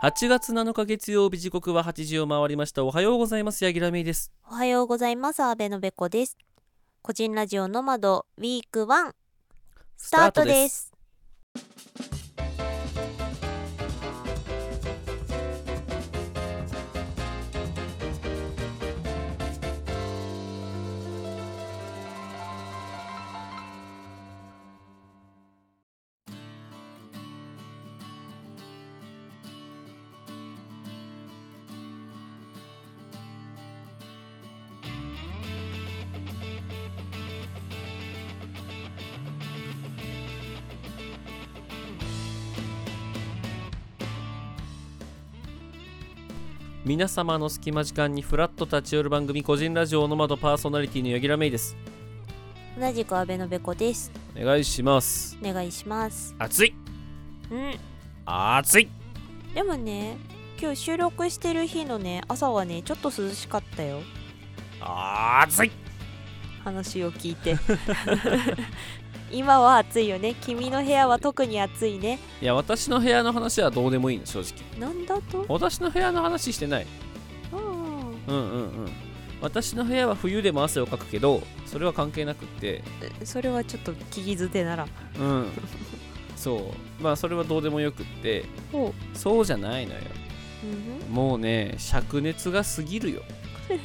8月7日月曜日時刻は8時を回りましたおはようございますヤギラメイですおはようございます。安倍のべこです。個人ラジオノマドウィークワンスタートです。皆様の隙間時間にフラッと立ち寄る番組個人ラジオオノマドパーソナリティのヤギラメイです同じく安倍のべこです。お願いしますお願いします。暑いうん。暑いでもね、今日収録してる日のね、朝はね、ちょっと涼しかったよ。暑い話を聞い て。今は暑いよね。君の部屋は特に暑いね。いや私の部屋の話はどうでもいいの正直なんだと私の部屋の話してないうんうんうんうん私の部屋は冬でも汗をかくけどそれは関係なくってそれはちょっと聞き捨てなら。うん そうまあそれはどうでもよくってほう。そうじゃないのようんもうね灼熱が過ぎるよふん、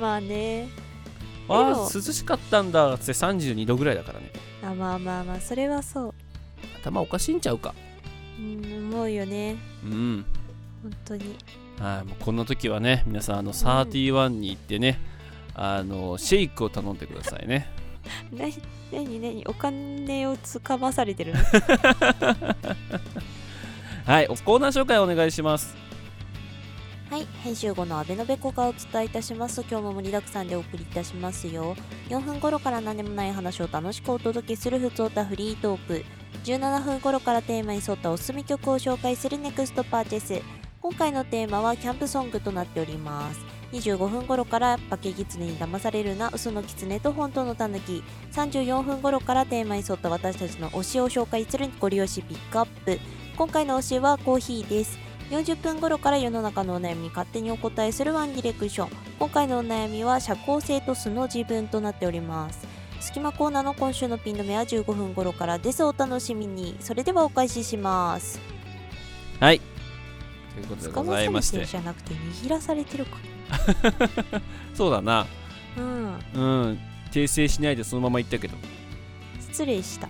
まあね。あでもー涼しかったんだって32度ぐらいだからねあまあまあまあ、それはそう。頭おかしいんちゃうかうん、思うよね。うん本当に。はいもうこんな時はね皆さんあの31に行ってね、あのシェイクを頼んでくださいねなになになにお金をつかまされてるの はいおコーナー紹介お願いしますはい編集後の阿部のべこがお伝えいたします今日も盛りだくさんでお送りいたしますよ4分頃から何でもない話を楽しくお届けするふつおたフリートーク17分頃からテーマに沿ったおすすめ曲を紹介するネクストパーチェス今回のテーマはキャンプソングとなっております25分頃から「化け狐に騙されるな嘘の狐と本当の狸34分頃からテーマに沿った私たちの推しを紹介するご利用しピックアップ今回の推しはコーヒーです40分頃から世の中のお悩みに勝手にお答えするワンディレクション今回のお悩みは社交性と素の自分となっております隙間コーナーの今週のピン止めは15分頃からですお楽しみにそれではお返ししますはいということで捕ごまざさいれましててるじゃなくて握らされてるかそうだなうんうん訂正しないでそのまま言ったけど失礼した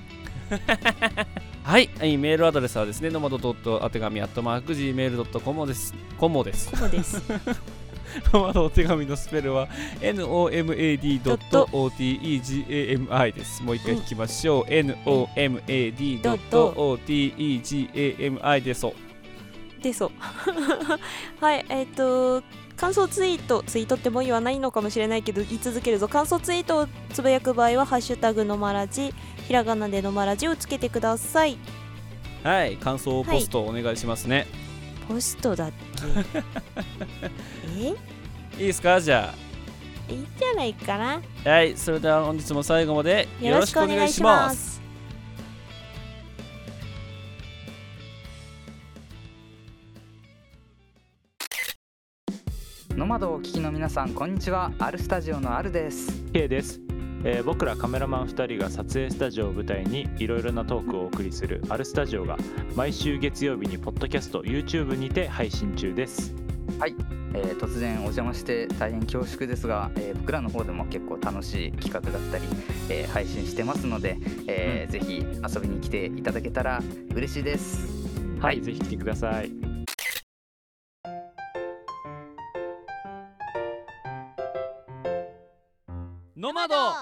はい、はいメールアドレスはですね、ノマドドットあてがみアットマーク Gmail.com です。コモです。コモですノマドお手紙のスペルは nomad.otegami です。もう一回引きましょう。nomad.otegami です。おでそう はいえっ、と感想ツイートツイートってもう言わないのかもしれないけど言い続けるぞ感想ツイートをつぶやく場合は「ハッシュタグのまらじ」ひらがなでのまらじをつけてくださいはい、感想をポストお願いしますね。ポストだっ けえい、いですかじゃいいんじゃないかなあ。はい、それでは本日も最後までよよろろししくくおお願願いいししま。ますすノマドをお聞きの皆さんこんにちはアルスタジオのアルです K です、えー僕らカメラマン2人が撮影スタジオを舞台にいろいろなトークをお送りする「アルスタジオ」が毎週月曜日にポッドキャスト YouTube にて配信中ですえー突然お邪魔して大変恐縮ですが、えー僕らの方でも結構楽しい企画だったり、えー配信してますので、えーぜひ遊びに来ていただけたら嬉しいですは、はいいぜひ来てくださいノマド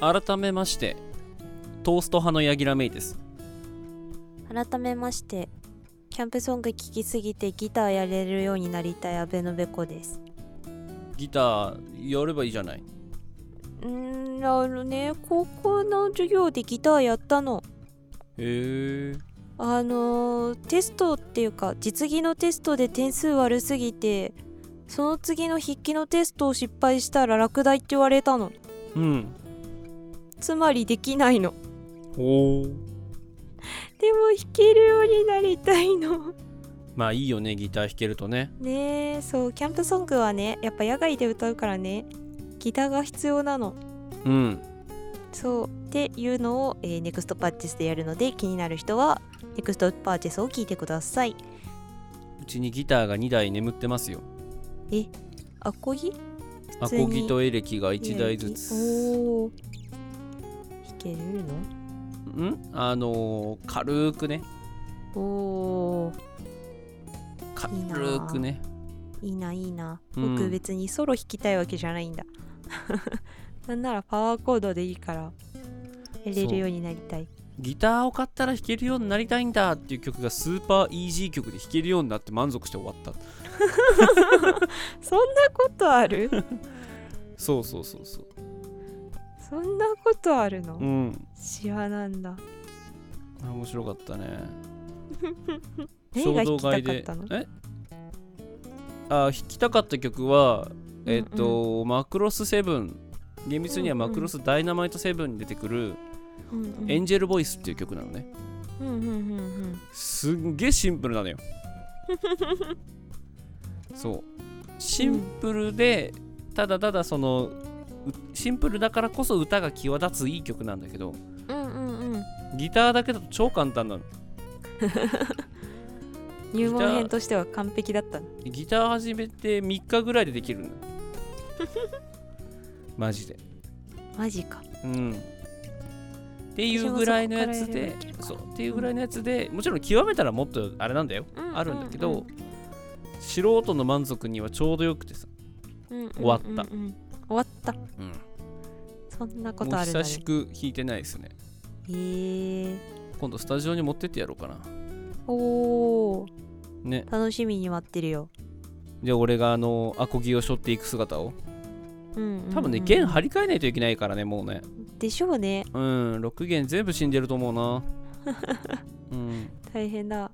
改めまして、トースト派のヤギラメイです。改めましてキャンプソング聴きすぎてギターやれるようになりたい阿部のべこですギターやればいいじゃない。うーんあのね高校の授業でギターやったのへえ。あのーテストっていうか実技のテストで点数悪すぎてその次の筆記のテストを失敗したら落第って言われたのうんつまりできないのおおでも弾けるようになりたいのまあいいよねギター弾けるとね ねえそうキャンプソングはねやっぱ野外で歌うからねギターが必要なのうんそうっていうのを、えー、ネクストパーチェスでやるので気になる人はネクストパーチェスを聞いてくださいうちにギターが2台眠ってますよアコギア普通にコギとエレキが1台ずつおー弾けるうんあのー軽くねのおーいいな軽くねいいないいなうん僕別にソロ弾きたいわけじゃないんだ、 なんならパワーコードでいいからやれるようになりたいギターを買ったら弾けるようになりたいんだっていう曲がスーパーイージー曲で弾けるようになって満足して終わったそんなことある そうそうそうそうそんなことあるの、うんシワなんだあ面白かったね何が弾きたかったのえあ弾きたかった曲はえっ、と、マクロスセブン厳密にはうんうんマクロスダイナマイトセブンに出てくるうんう「んエンジェルボイス」っていう曲なのねうんうんうんうんすんげえシンプルな のよそうシンプルで、ただただそのうシンプルだからこそ歌が際立ついい曲なんだけどうんうんうんギターだけだと超簡単なの入門編としては完璧だったのギター始めて3日ぐらいででき るのマジでマジかうんっていうぐらいのやつで私もそこからやればいけるかそうっていうぐらいのやつでもちろん極めたらもっとあれなんだよ、うんうんうんあるんだけど素人の満足にはちょうどよくてさ、うんうんうんうん終わった終わったうん、そんなこともうあるんだ久ねしく弾いてないですねへえ今度スタジオに持ってってやろうかなおーね楽しみに待ってるよで俺があのアコギを背負っていく姿をうんうんうん多分ね弦張り替えないといけないからねもうねでしょうねうん6弦全部死んでると思うな うん大変だ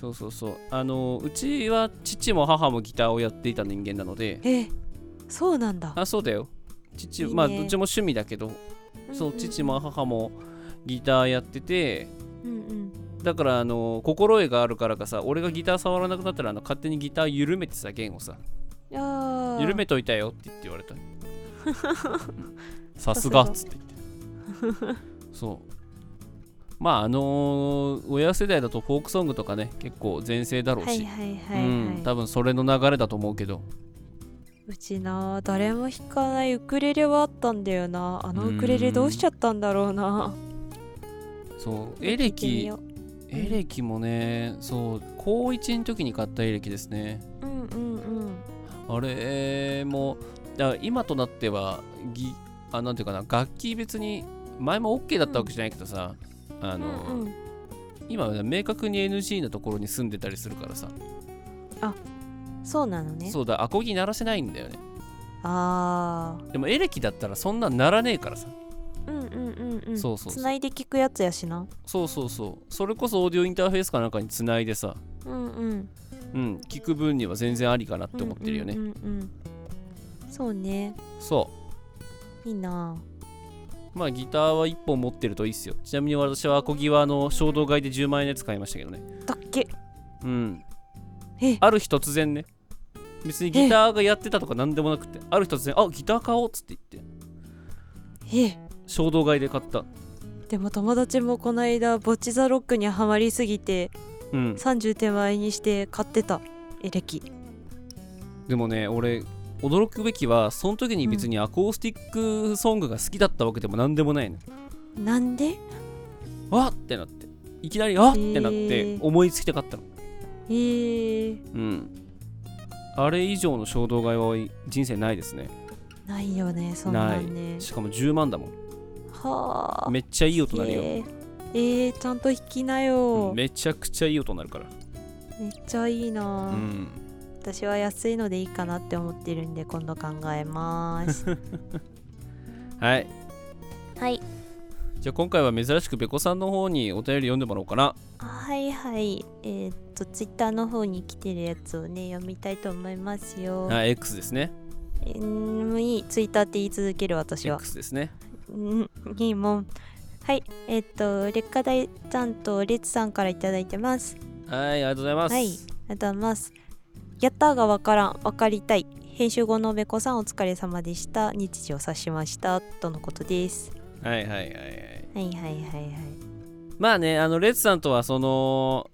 そうそうそうあのうちは父も母もギターをやっていた人間なのでえそうなんだあそうだよ父いいねまあどっちも趣味だけどそうんん父も母もギターやっててうんうんだからあの心得があるからかさ俺がギター触らなくなったらあの勝手にギター緩めてさ弦をさあー緩めといたよって言って言わ れたさすがっつって言ってそうまああのー親世代だとフォークソングとかね結構全盛だろうはいし、はいはいはい、うん多分それの流れだと思うけどうちな誰も弾かないウクレレはあったんだよなあのウクレレどうしちゃったんだろうなそうエレ聞いてみキようエレキもねそう高1の時に買ったエレキですねううんうんうんあれもだから今となってはぎあなんていうかな楽器別に前も OK だったわけじゃないけどさ、あのーうんうん今は明確に NG のところに住んでたりするからさ、そうなのねそうだアコギ鳴らせないんだよねあでもエレキだったらそんな鳴らねえからさ、あうんうんうんうんそうそうつそうないで聞くやつやしなそうそうそうそれこそオーディオインターフェースかなんかにつないでさうんうんうん聞く分には全然ありかなって思ってるよね、うんうんうんうんそうねそいいなうまあギターは1本持ってるといいっすよちなみに私はアコギはあの衝動買いで10万円のやつ買いましたけどねだっけうんえある日突然ね別にギターがやってたとか何でもなくてある日突然あギター買おうっつって言ってえ衝動買いで買ったでも友達もこの間ボッチザロックにはまりすぎてうん30手前にして買ってたエレキでもね俺驚くべきはその時に別にアコースティックソングが好きだったわけでも何でもないの、なんでわっってなっていきなりあっってなっへてー思いつきたかったのえー、うんあれ以上の衝動買いは人生ないですねないよねそんなんねしかも10万だもんはあめっちゃいい音なるよ、えーえーちゃんと弾きなよ、うんめめちゃくちゃいい音になるからっちゃいいな、うん私は安いのでいいかなって思ってるんで今度考えますはいはいじゃあ今回は珍しくべこさんの方にお便り読んでもらおうかなはいはいえーっとツイッターの方に来てるやつをね読みたいと思いますよあ X ですねえーもういいツイッターって言い続ける私は X ですね。うんいいもんはいえっ、と劣化大担当レッツさんからいただいてますはい、ありがとうございます。はいありがとうございますやったーがわからんわかりたい編集後のべこさんお疲れ様でした日時を指しましたとのことですはい、はい、はいはい。はいはいはいはいまあね、あの、レッツさんとは、その、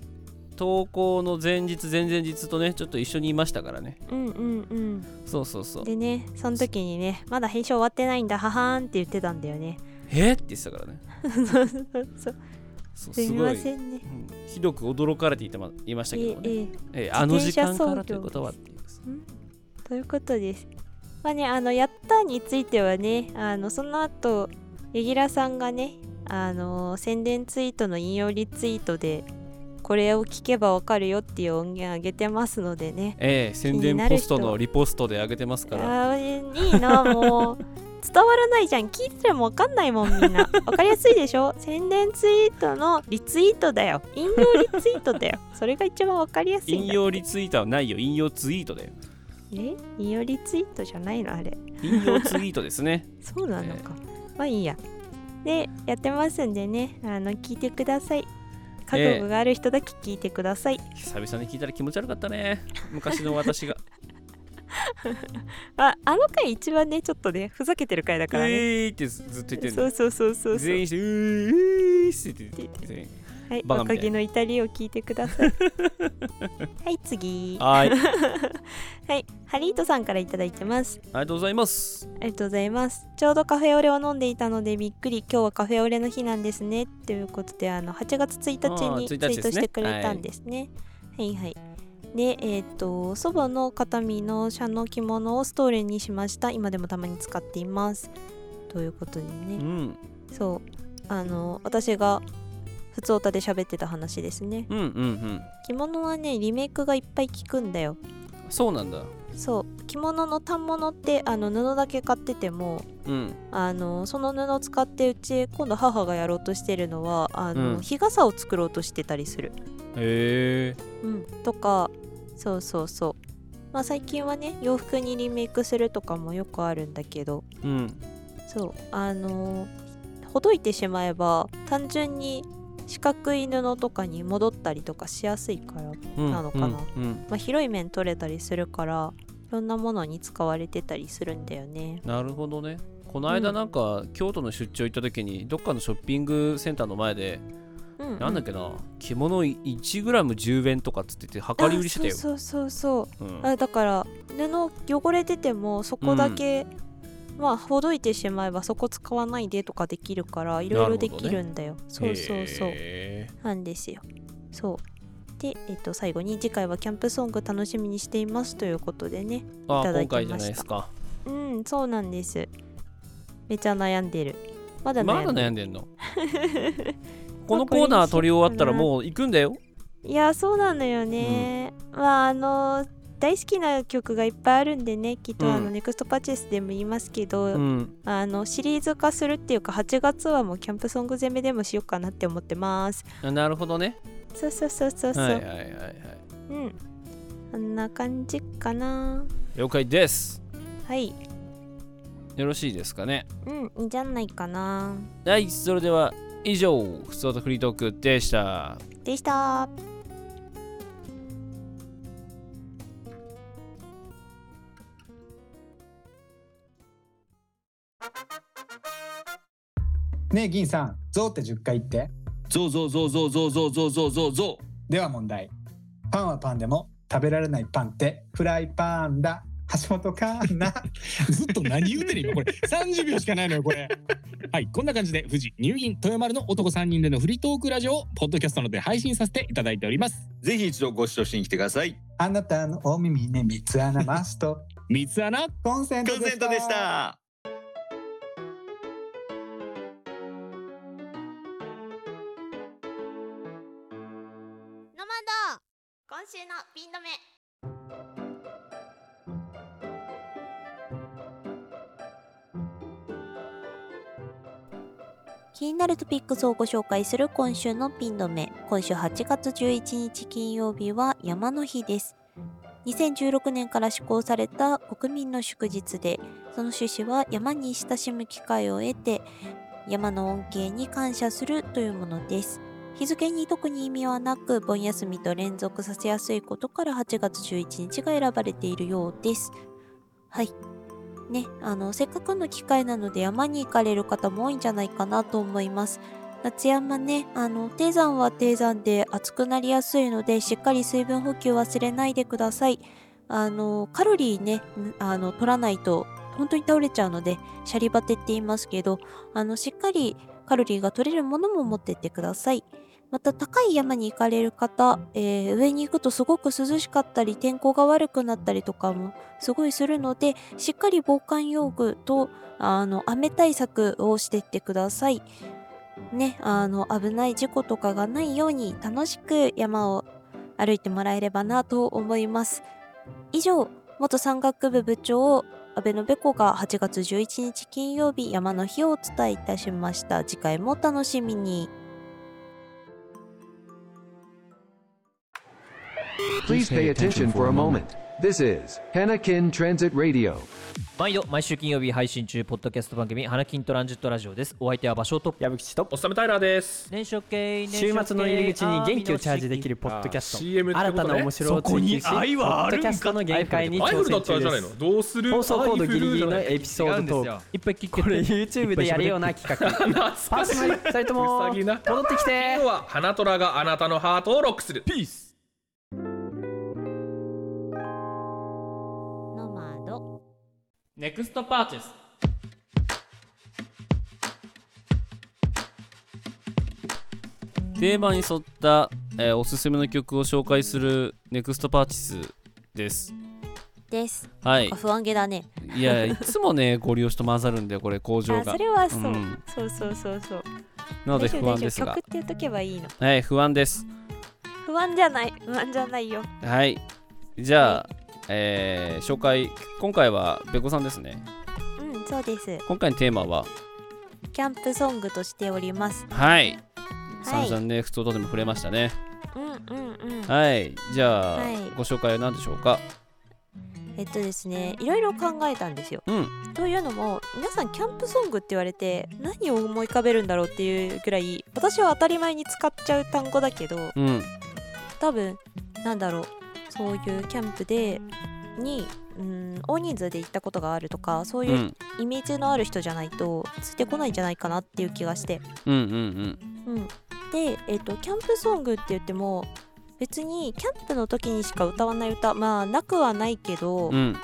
投稿の前日、前々日とね、ちょっと一緒にいましたからね。うんうんそうそうそううん。でねその時にねまだ編集終わってないんだははーんって言ってたんだよ ねえっって言ってたからね。そうそうそうそうすすみごまい、せんねうんひどく驚かれていたまいましたけえどもね。えええあの時間からとい自転車操業うことはっていうですということです。まあね、あの、やったについてはね、あの、その後、柳楽さんがね、あの、宣伝ツイートの引用リツイートで、これを聞けばわかるよっていう音源あげてますのでね。ええ宣伝ポストのリポストで上げてますあから。ーいいな、も う。伝わらないじゃん。聞いててもわかんないもん、みんな。わかりやすいでしょ宣伝ツイートのリツイートだよ。引用リツイートだよ。それが一番わかりやすいん引だ。用リツイートはないよ、引用ツイートだよ。え引用リツイートじゃないのあれ。引用ツイートですね。 そうなのか。まあいいや。で、やってますんでね、あの聞いてください。覚え悟えがある人だけ聞いてください。久々に聞いたら気持ち悪かったね。昔の私 が。あ、あの回一番ね、ちょっとね、ふざけてる回だうからね。えーってずずっと言ってるそうそうそうそうそう。全員して、うーいーって言って全員。はい、バカみたい若気の至りを聞いてくだ さい。はい、次。ははー い。ありい、ハリートさんからいただいてます。がとうございます。ありがとうございます。ちょうどカフェオレを飲んでいたのでびっくり、今日はカフェオレの日なんですね。ということで、あの8月1日にあツーイ1日ートしてくれたんでですね。はい、はい、で、えっ、と、祖母の形見のシャの着物をストーレンにしました。今でもたまに使っています。ということでうね、ん。そう、あの、私が普通歌で喋ってた話ですね。うんうんうん。着物はね、リメイクがいっぱい効くんだよ。そうなんだ。そう、着物の反物って、あの布だけ買ってても、うん。あのその布を使ってうち今度母がやろうとしてるのはあの、うん日傘を作ろうとしてたりする、へえ。うん、とかそうそうそうまあ最近はね洋服にリメイクするとかもよくあるんだけどうん。そうあのほどいてしまえば単純に四角い布とかに戻ったりとかしやすいから、まうんなのかなうんうんあ、広い面取れたりするからいろんなものに使われてたりするんだよねなるほどね。この間なんか、京都の出張行った時にどっかのショッピングセンターの前で、うん、うん、なんだっけな着物 1g10 円とかっつってて量り売りしてたよ。あそうそうそうそううんあだから布汚れててもそこだけ、まあほどいてしまえばそこ使わないでとかできるからいろいろできるんだよ、そうそうそうへなんですよそうでえっと最後に次回はキャンプソング楽しみにしていますということでねーあいただ今回きましたじゃないですか。うんそうなんですめちゃ悩んでるまだまだ悩んでる、悩んでん のこのコーナー取り終わったらもう行くんだよ。いやそうなのよね、まああの大好きな曲がいっぱいあるんでねきっとあの、うんネクストパチェスでも言いますけど、うん。あのシリーズ化するっていうか8月はもうキャンプソング攻めでもしようかなって思ってますあなるほどね。そうそうそうそうそう、はいはいはいはい。うんこんな感じかな了解です。はいよろしいですかね。うんいいんじゃないかなはい、それでは以上、普通とフリートークでした。でしたねえ銀さん「ゾウ」って10回言ってゾウゾウゾウゾウゾウゾウゾウゾウゾウゾでは問題パンはパンでも食べられないパンってフライパンだ橋本環 奈ウずっと何言うてる今これ30秒しかないのよこれはいこんな感じで富士入銀豊丸の男3人でのフリートークラジオをポッドキャストので配信させていただいておりますぜひ一度ご視聴しに来てください。あなたのお耳に三つ穴マスト三つ穴コンセンコトンでセしンたトでした。ノマド今週のピン止め気になるトピックスをご紹介する今週のピン止め今週8月11日金曜日は山の日です2016年から施行された国民の祝日でその趣旨は山に親しむ機会を得て山の恩恵に感謝するというものです日付に特に意味はなく盆休みと連続させやすいことから8月11日が選ばれているようですはいねあのせっかくの機会なので山に行かれる方も多いんじゃないかなと思います夏山ねあの低山は低山で暑くなりやすいのでしっかり水分補給忘れないでくださいあのカロリーねあの取らないと本当に倒れちゃうのでシャリバテって言いますけどあのしっかりカロリーが取れるものも持ってってくださいまた高い山に行かれる方、えー上に行くとすごく涼しかったり天候が悪くなったりとかもすごいするのでしっかり防寒用具とあの雨対策をしてってくださいねあの危ない事故とかがないように楽しく山を歩いてもらえればなと思います以上元山岳部部長安倍のべこが8月11日金曜日山の日をお伝えいたしました次回もお楽しみに Please pay attention for a moment. This is Hanakin Transit Radio. 毎度毎週金曜日配信中ポッドキャスト番組「花金トランジットラジオ」ですお相手は場所と矢吹とおっさめタイラーです。年初系週末の入り口に元気をチャージできるポッドキャスト CM ってこと新ねたな面白を追求しそこに愛はあるんポッドかキャストの限界にアイ挑フルだっ戦たら中じゃないでのすどうする放送コードギリギリのアイフルじゃないエピソードトークいっぱい聞けこれ YouTube でやるような企画パーソナリティ2人ともうさぎな戻ってきて今日は花虎があなたのハートをロックする。ピースノマドネクストパーチェステーマに沿った、えーおすすめの曲を紹介するネクストパーティスです。です。はいあ。不安げだね。いや、いつ もね、ご利用しと混ざるんだよ、これ、工場あがそ。れはそう、うんそうそうそうそうなので不安です大丈夫が曲っ。て言っとけばいいのはい、不安です。不安じゃない不安じゃないよはい。じゃあ、えー紹介、今回はべこさんですね。うん、そうです。今回のテーマは、キャンプソングとしております。はい。さはんい。さうんね、普通とでも触れましたね。んうんうん。はい。じゃあ、はいご紹介は何でしょうか。えっとですね、いろいろ考えたんですよ。うん。というのも、皆さんキャンプソングって言われて何を思い浮かべるんだろうっていうぐらい、私は当たり前に使っちゃう単語だけど、うん。多分なんだろうそういうキャンプでにうん大人数で行ったことがあるとかそううん。ういうんイメージのある人じゃないとついてこないんじゃないかなっていう気がしてうんうん、で、えっとキャンプソングって言っても別にキャンプの時にしか歌わない歌まあなくはないけど、うん。うん。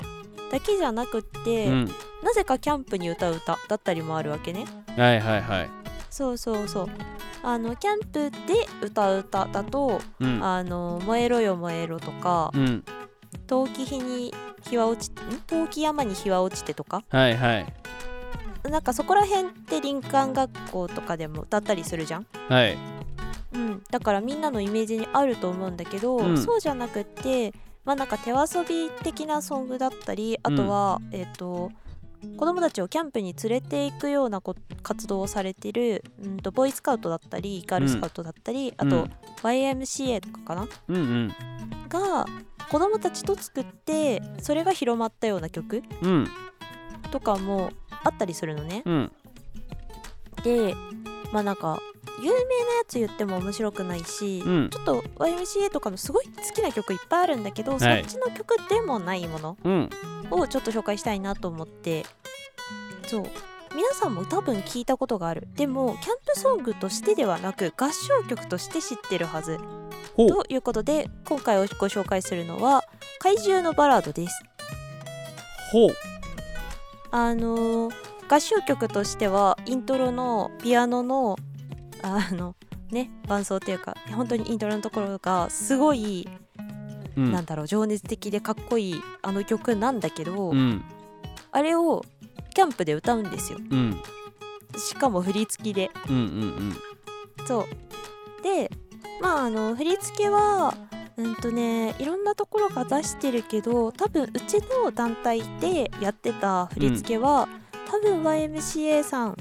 だけじゃなくって、うん。なぜかキャンプに歌う歌だったりもあるわけねはいはいはい。そうそうそうあのキャンプで歌う歌だとうん「あの燃えろよ燃えろ」とかうん。 「陶器日に日は落ちん陶器山に日は落ちて」とかはいはい。なんかそこら辺って林間学校とかでも歌ったりするじゃんはい。うん、だからみんなのイメージにあると思うんだけど、うんそうじゃなくってまあなんか手遊び的なソングだったりあとは、えっ、と子供たちをキャンプに連れていくようなこ活動をされてる、うん、とボーイスカウトだったりガールスカウトだったり、あと、うん YMCA とかかなうんうん。が子供たちと作ってそれが広まったような曲うんとかもあったりするのね。うんでまあなんか有名なやつ言っても面白くないし、うんちょっと YMCA とかのすごい好きな曲いっぱいあるんだけはど、いそっちの曲でもないものうんをちょっと紹介したいなと思ってそう皆さんも多分聞いたことがあるでもキャンプソングとしてではなく合唱曲として知ってるはずほうということで今回ご紹介するのは「怪獣のバラード」ですほうあのー合唱曲としてはイントロのピアノのあのね伴奏っていうか本当にイントロのところがすごい、うんなんだろう情熱的でかっこいいあの曲なんだけど、うんあれをキャンプで歌うんですようんしかも振り付きでうんうんそうでまああの振り付けはうんとねいろんなところが出してるけど多分うちの団体でやってた振り付けは、多分 YMCA さん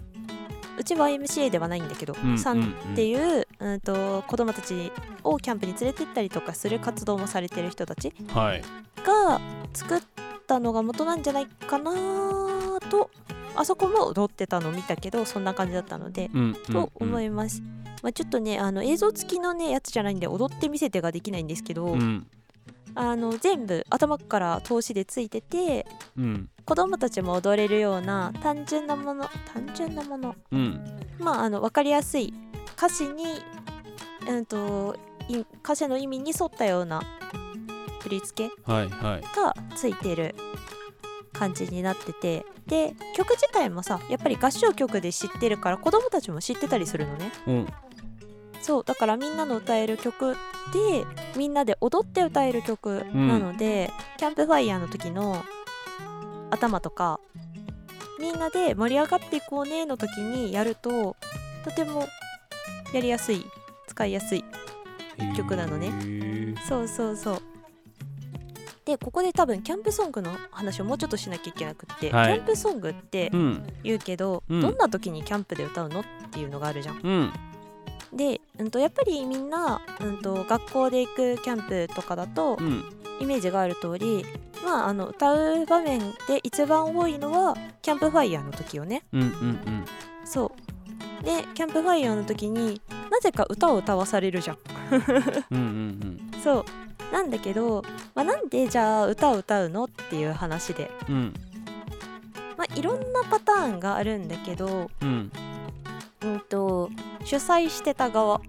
うち YMCA ではないんだけど、うんさんっていう、ううんと子供たちをキャンプに連れてったりとかする活動もされてる人たちはいが作ったのが元なんじゃないかなとあそこも踊ってたのを見たけどそんな感じだったので、うんうんと思います、まあ、ちょっとねあの映像付きのねやつじゃないんで踊ってみせてができないんですけど、うんあの全部頭から通しでついててうん子供たちも踊れるような単純なもの単純なものうんまああの分かりやすい歌詞にうんとい歌詞の意味に沿ったような振り付けはいはいがついてる感じになっててで曲自体もさやっぱり合唱曲で知ってるから子供たちも知ってたりするのねうんそうだからみんなの歌える曲でみんなで踊って歌える曲うんなので、キャンプファイヤーの時の頭とかみんなで盛り上がっていこうねの時にやるととてもやりやすい使いやすい曲なのね、そうそうそうでここで多分キャンプソングの話をもうちょっとしなきゃいけなくって、はいキャンプソングってうん言うけど、うんどんな時にキャンプで歌うのっていうのがあるじゃん、うんで、うん、とやっぱりみんな、うん、と学校で行くキャンプとかだと、うんイメージがある通り、まあ、あの歌う場面で一番多いのはキャンプファイヤーの時よねうんうんそうでキャンプファイヤーの時になぜか歌を歌わされるじゃんうんうんうんそうなんだけど、まあ、なんでじゃあ歌を歌うのっていう話で、うんまあ、いろんなパターンがあるんだけど、うんうん、と主催してた側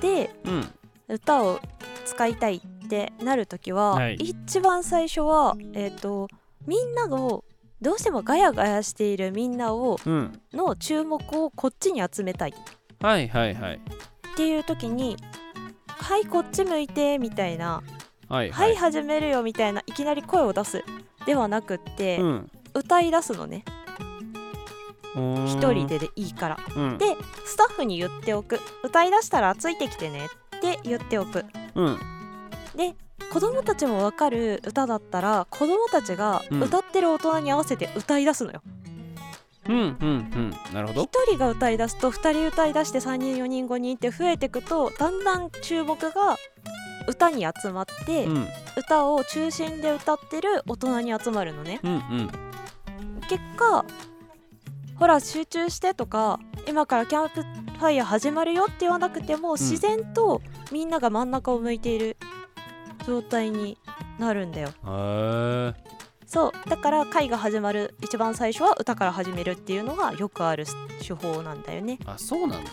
でうん歌を使いたいってなる時は、はい一番最初は、えー、とみんなをどうしてもガヤガヤしているみんなを、うんの注目をこっちに集めたいっはいはいはいていう時に「はいこっち向いて」みたいなはい「はい、始めるよ」みたいないきなり声を出すではなくって、うん歌い出すのね一一人ででいいから、うんでスタッフに言っておく歌い出したらついてきてねって言っておくうんで子供たちもわかる歌だったら子供たちがうん歌ってる大人に合わせて歌い出すのよ、うんうんうんなるほど1人が歌い出すと2人歌い出して3人4人5人って増えてくとだんだん注目が歌に集まって、うん歌を中心で歌ってる大人に集まるのね、うんうん結果ほら集中してとか今からキャンプファイヤー始まるよって言わなくても、自然とみんなが真ん中を向いている状態になるんだよへえそうだから会が始まる一番最初は歌から始めるっていうのがよくある手法なんだよねあそうなんだ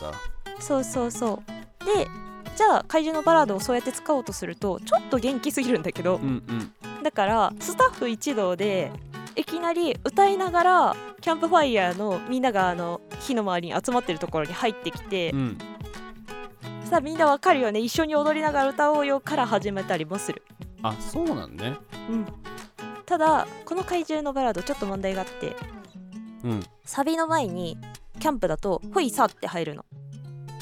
そうそうそうでじゃあ怪獣のバラードをそうやって使おうとするとちょっと元気すぎるんだけど、うんうんだからスタッフ一同でいきなり歌いながらキャンプファイヤーのみんながあの火の周りに集まってるところに入ってきて、うんさあみんなわかるよね一緒に踊りながら歌おうよから始めたりもするあそうなんねうんただこの怪獣のバラードちょっと問題があってうんサビの前にキャンプだと「ほいさ」って入るの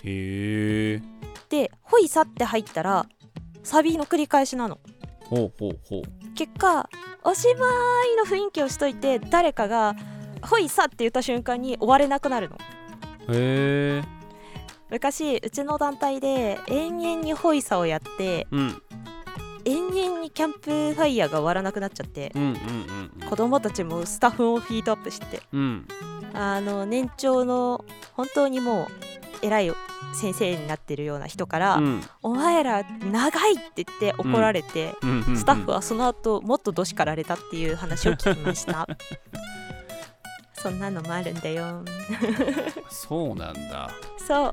へえで「ほいさ」って入ったらサビの繰り返しなのほうほうほう結果おしまいの雰囲気をしといて誰かが「ほいさ」って言った瞬間に終われなくなるのへえ昔うちの団体で延々にホイサをやってうん延々にキャンプファイヤーが終わらなくなっちゃってうんうんうん子供たちもスタッフもフィートアップしてうんあの年長の本当にもう偉い先生になってるような人から「うんお前ら長い!」って言って怒られて、うんうんうんうんスタッフはその後もっとどしかられたっていう話を聞きました そんなのもあるんだよ そうなんだそ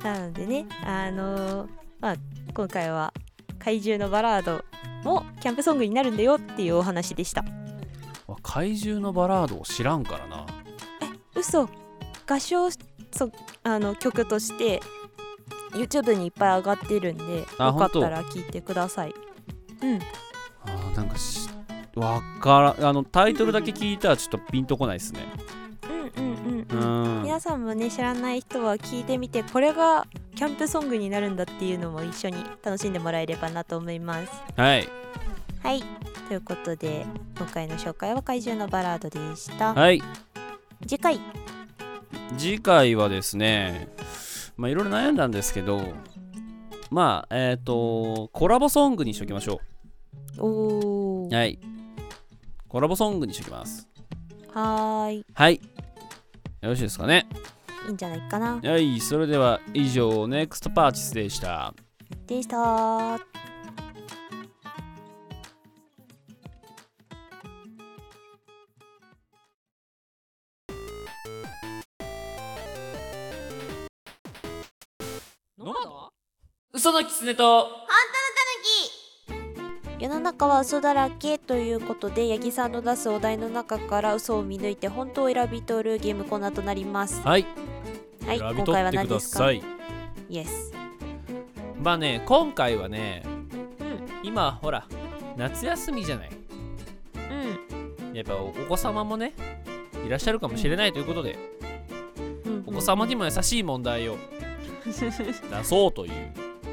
うなのでねあのーまあ今回は怪獣のバラードもキャンプソングになるんだよっていうお話でしたわ怪獣のバラードを知らんからな嘘合唱そあの曲として YouTube にいっぱい上がってるんでよあかっほんたとら聞いてくださいうんあなんかしわからあのタイトルだけ聞いたらちょっとピンとこないですねうんうんううんん皆さんもね知らない人は聞いてみてこれがキャンプソングになるんだっていうのも一緒に楽しんでもらえればなと思いますはいはいということで今回の紹介は怪獣のバラードでしたはい次回次回はですねまあいろいろ悩んだんですけど、まあ、えっ、と、コラボソングにしときましょおう。ーはい。コラボソングにしときます。はーいはい。よろしいですかね。いいんじゃないかなはい、それでは以上、ネクストパーチスでした。でしたー嘘の狐と世の中は嘘だらけということで八木さんの出すお題の中から嘘を見抜いて本当を選び取るゲームコーナーとなりますはい。はい選び今取回っはて何くでだすかさい。イエスまあね、今回はね、今、ほら、夏休みじゃない。やっぱお子様もね、いらっしゃるかもしれないということで、お子様にも優しい問 題を出そうという。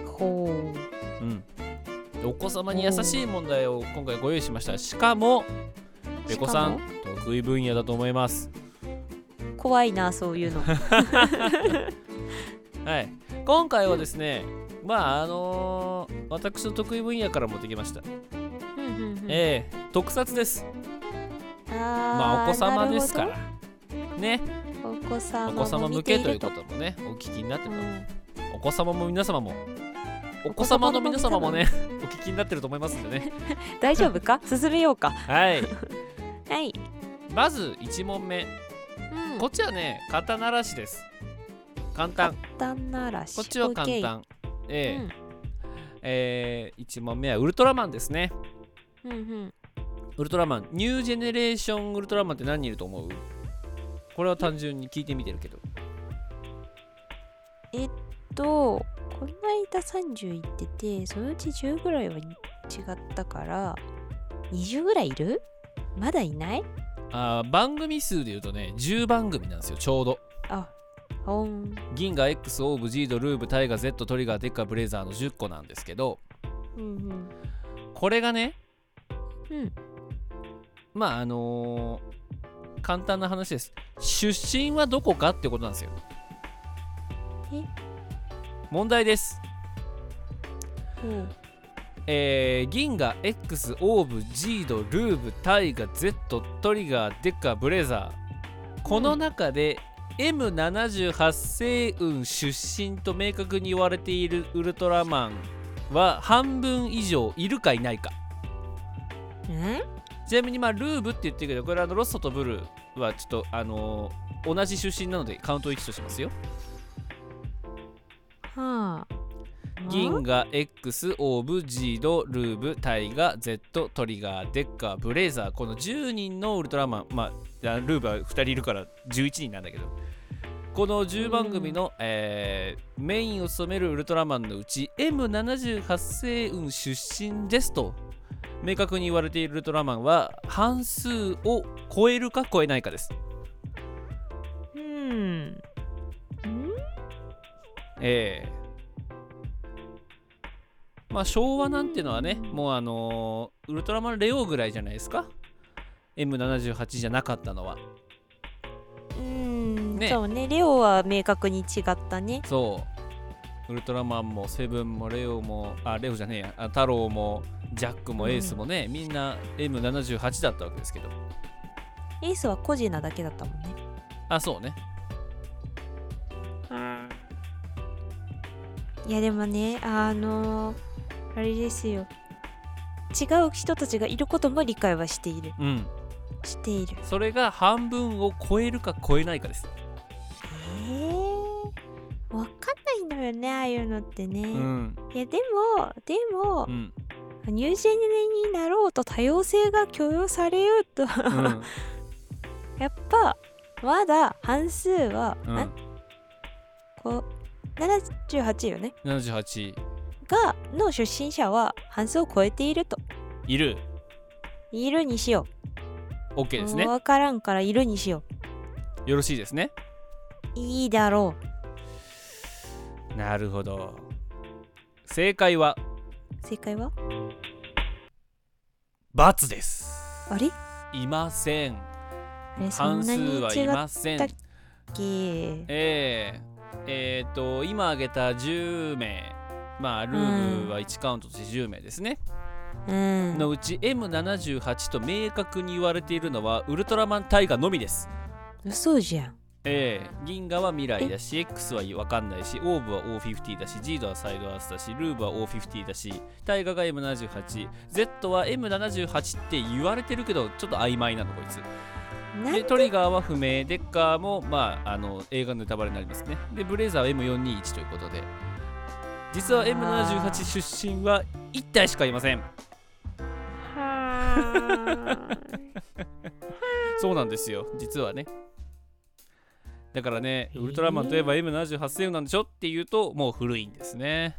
ほう。うん。でお子様に優しい問題を今回ご用意しました。しかも、ペコさんし、得意分野だと思います。怖いなそう いうのはい。今回はですね、まあ、あのー私の得意分野から持ってきました。ええ特撮です。あーまあ、お子様ですから。ねお子様お子様も見向てけいというることともね、お聞きになってると思う、お子様も皆様も、お子様の皆様もね、お聞きになってると思いますんでね。大丈夫か進めようか はい。はいまず1問目。 こっちはね、肩慣らしです。簡単。旦那らしこっちは簡 OK 単。えええー、1問目はウルトラマンですね。うんうんウルトラマンニュージェネレーションウルトラマンって何人いると思うこれは単純に聞いてみてるけどえっとこの間30行っててそのうち10ぐらいは違ったから20ぐらいいるまだいないあー番組数で言うとね10番組なんですよちょうどあほん銀河 X オーブジードルーブタイガ Z トリガーデッカブレイザーの10個なんですけどうんこれがねうんうんまああのー簡単な話です出身はどこかってことなんですよえ問題ですほうえー、銀河 X オーブジードルーブタイガ Z トリガーデッカブレザーこの中で M78 星雲出身と明確に言われているウルトラマンは半分以上いるかいないかちなみにまあルーブって言ってるけどこれはあのロストとブルーはちょっとあのー同じ出身なのでカウント1としますよはあ銀河 X オーブジードルーブタイガ Z トリガーデッカーブレイザーこの10人のウルトラマンまああルーブは2人いるから11人なんだけどこの10番組の、えーメインを務めるウルトラマンのうち M78 星雲出身ですと明確に言われているウルトラマンは半数を超えるか超えないかですうんええまあ昭和なんてのはね、もうあのーウルトラマンレオぐらいじゃないですか M78 じゃなかったのはうんねそうねレオは明確に違ったねそうウルトラマンもセブンもレオもあレオじゃねえやあ太郎もジャックもエースもね、みんな M78 だったわけですけどエースはコジなだけだったもんねあそうねいやでもねあのーあれですよ違う人たちがいることも理解はしているうんしているそれが半分を超えるか超えないかですえー、わかんないのよねああいうのってね、うんいやでもでも、うんニュージェネになろうと多様性が許容されようと、 やっぱまだ半数は、うん あこう78よね78がの出身者は半数を超えているといるいるにしよ OK うですねもうわからんからいるにしよよろしいですねういいだろなるほど正解はう正解は×ですあれいませんあれそ半ん数なにはいませ違んったっけえええっ、と今挙げた10名まあルームは1カウントとして10名ですね、うんのうち M78 と明確に言われているのはウルトラマンタイガのみです嘘じゃんええ銀河は未来だし X は分かんないしオーブは O50 だしジードはサイドアースだしルーブは O50 だしタイガが M78Z は M78 って言われてるけどちょっと曖昧なのこいつでトリガーは不明デッカーも、まあ、あの映画のネタバレになりますねでブレイザーは M421 ということで実は M78 出身は1体しかいませんそうなんですよ実はねだからね、ウルトラマンといえば M78 セウなんでしょっていうともう古いんですね、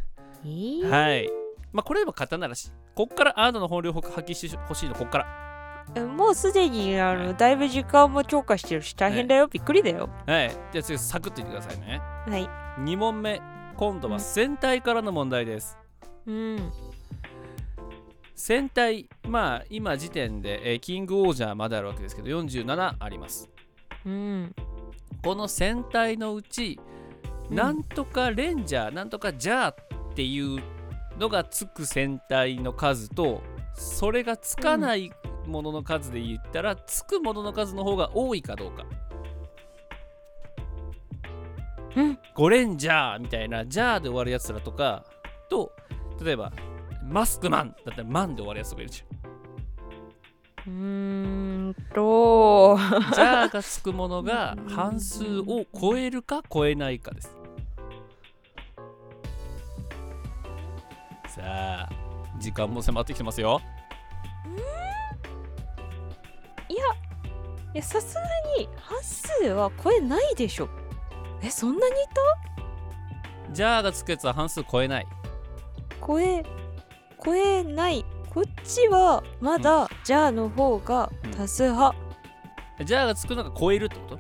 はいまあこれは型ならしこっからアートの本領を発揮してほしいのこっから えもうすでにあのだいぶ時間も超過してるし大変だよ、びっくりだよはいじゃあ次サクッといってくださいねはい2問目今度は戦隊からの問題です、うん戦隊まあ今時点で、えーキングオージャーまであるわけですけど47ありますうんこの戦隊のうち、なんとかレンジャーなんとかジャーっていうのがつく戦隊の数とそれがつかないものの数で言ったら、つくものの数の方が多いかどうか。ゴレンジャーみたいなジャーで終わるやつらとかと例えばマスクマンだったらマンで終わるやつとかいるじゃん。うーんと ジャーがつくものが半数を超えるか超えないかです。さあ、時間も迫ってきてますよ。いやいやさすがに半数は超えないでしょえそんなにいジャーがつくやつは半数超えない。た超え超えないこっちはまだじゃあの方が多数派、ジャーがつくのが超えるってこと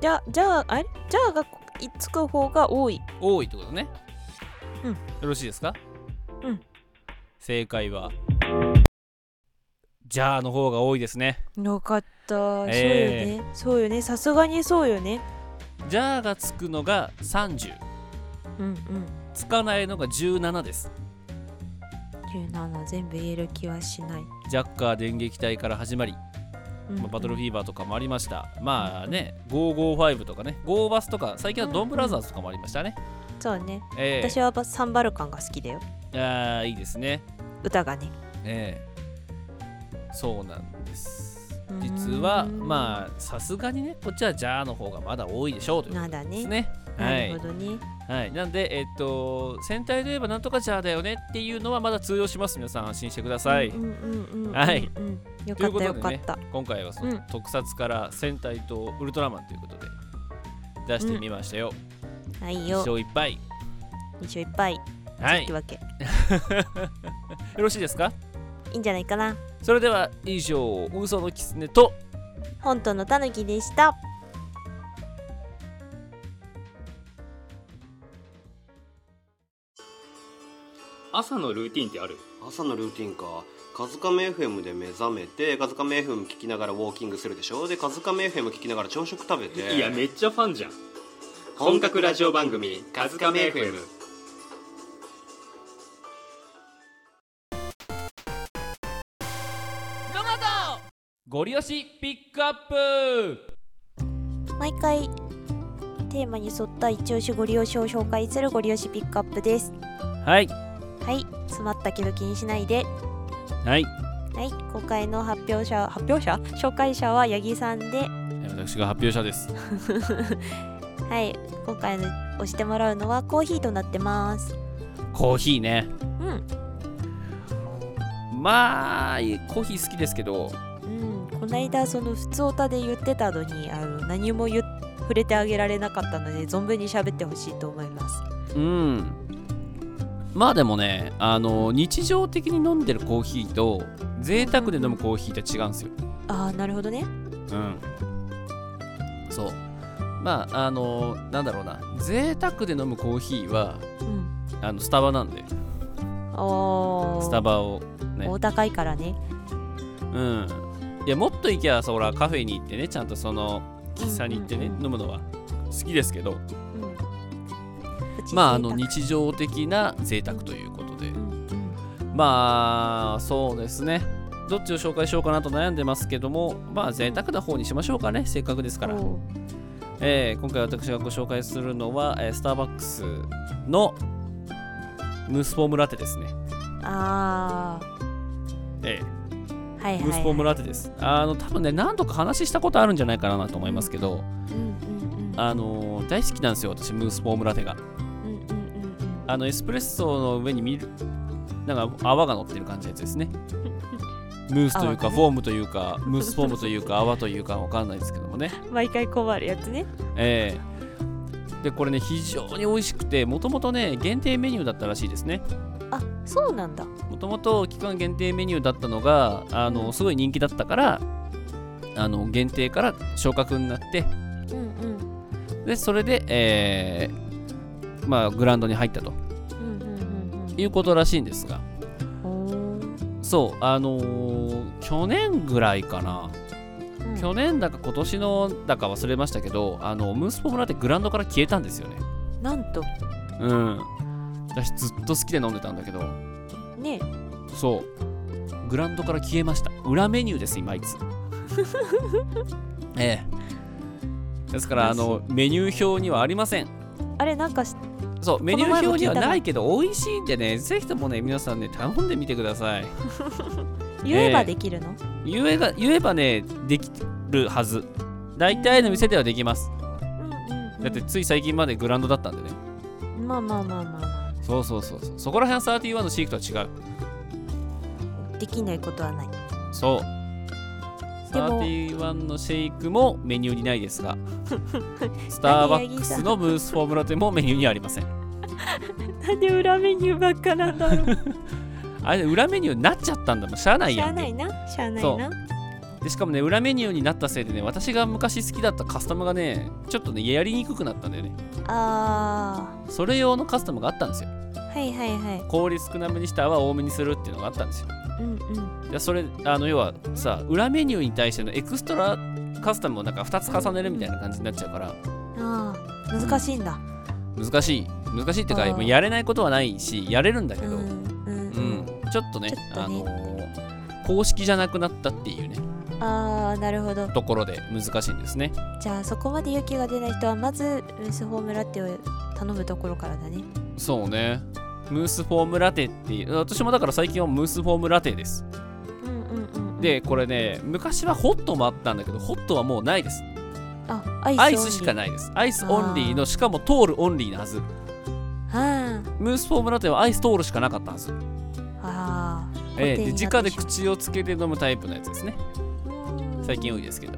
じゃじゃああれじゃあがいつく方が多い多いってことね。うんよろしいですかうん。正解は、ジャーの方が多いですね。よかった、えーそうよねそうよねさすがにそうよねジャーがつくのが30、うんうんつかないのが17です。 17全部言える気はしないジャッカー電撃隊から始まり、うんまあバトルフィーバーとかもありました。まあね、555とかね、ゴーバスとか、最近はドンブラザーズとかもありましたね。そうね、ええ私はやっぱサンバルカンが好きだよああ、いいですね。歌がねええそうなんです。実は、まあ、さすがにね、こっちはジャーの方がまだ多いでしょうというなんだねねなるほどね、はい、なんで、えっと、戦隊といえばなんとかジャーだよねっていうのはまだ通用します。皆さん安心してください。うんうんうんうんうんはい。よといかうっこたとよでかっねた、今回はそのうん特撮から戦隊とウルトラマンということで出してみましたよ。はい一よ生いっぱい。一緒いっぱいはい。ってよわけろしいですかいいんじゃないかなそれでは以上、嘘のキツネと本当のたぬきでした朝のルーティンってある朝のルーティンかカズカメ FM で目覚めてカズカメ FM 聞きながらウォーキングするでしょでカズカメ FM 聞きながら朝食食べていやめっちゃファンじゃん本格ラジオ番組「カズカメ FM」ロマトゴリ押しピックアップ毎回テーマに沿った一押しご利用しを紹介するご利用しピックアップですはい。はい詰まったけど気にしないではい。はい今回の発表者発表者紹介者は八木さんで私が発表者です。はい今回の押してもらうのはコーヒーとなってますコーヒーね。うんまあ、コーヒー好きですけど、うんこないだその普通歌で言ってたのにあの何も言っ触れてあげられなかったので存分に喋ってほしいと思いますうん。まあでもね、あの、日常的に飲んでるコーヒーと、贅沢で飲むコーヒーって違うんですよ。ああなるほどねうん。そう。まあ、あの、なんだろうな、贅沢で飲むコーヒーは、あのスタバなんで、おースタバをね。お高いからねうん。いや、もっと行きゃ、そら、カフェに行ってね、ちゃんとその、喫茶に行ってね、飲むのは。好きですけど、まああの日常的な贅沢ということで、まあそうですねどっちを紹介しようかなと悩んでますけどもまあ贅沢な方にしましょうかねせっかくですから、えー今回私がご紹介するのは、えースターバックスのムスポムラテですねあええーはいはい、はい、ムスポムラテですあの多分ね何度か話したことあるんじゃないかなと思いますけど、あのー大好きなんですよ私ムースポームラテが、あのエスプレッソの上に見るなんか泡が乗ってる感じのやつで すねムースというか泡がねフォームというかムースフォームというか泡というかわかんないですけどもね毎回困るやつねええでこれね非常に美味しくてもともとね限定メニューだったらしいですねあそうなんだもともと期間限定メニューだったのがあのすごい人気だったからあの限定から昇格になってうんうんでそれで、えーまあ、グラウンドに入ったとうんうんうんいうことらしいんですがそうあのー去年ぐらいかな、去年だか今年のだか忘れましたけどあのムースポ村ってグラウンドから消えたんですよねうんなんとうん私ずっと好きで飲んでたんだけどねそうグラウンドから消えました裏メニューです今あい つええですからあのメニュー表にはありませんあれなんかしそうメニュこのー前も表には聞いたなないけど美味しいんでねぜひともね皆さんね頼んでみてください言ええばえできるの、言えが言えばねできるはず大体の店ではできますだってつい最近までグラウンドだったんでねまあまあまあまそうそうそうそうそこら辺は31のシークとは違うあできないことはないそうでも31のシェイクもメニューにないです がスターバックスのムースフォームラテもメニューにはありませんなんで裏メニューばっかなんだろうあれ裏メニューになっちゃったんだもんしゃあ ないしゃやあんないなしゃあないそうなでしかもね裏メニューになったせいでね私が昔好きだったカスタムがねちょっとねやりにくくなったんだよねあそれ用のカスタムがあったんですよーはいはいはい氷少なめにして泡多めにするっていうのがあったんですようんうんでそれあの要はさ裏メニューに対してのエクストラカスタムをなんか2つ重ねるみたいな感じになっちゃうからああ難しいんだ難しい難しいってかあーもうやれないことはないしやれるんだけど、ううんんちょっとねあのー公式じゃなくなったっていうねあーなるほどところで難しいんですねじゃあそこまで勇気が出ない人はまずムースホームラテを頼むところからだねそうねムースフォームラテっていう私もだから最近はムースフォームラテですうんうんうんでこれね昔はホットもあったんだけどホットはもうないですあアアイイススしかないいですアイスオンリーのしかも通るオンリーなはずはムースフォームラテはアイス通るしかなかったはずああーええ固定になっでて直で口をつけて飲むタイプのやつですね最近多いですけど、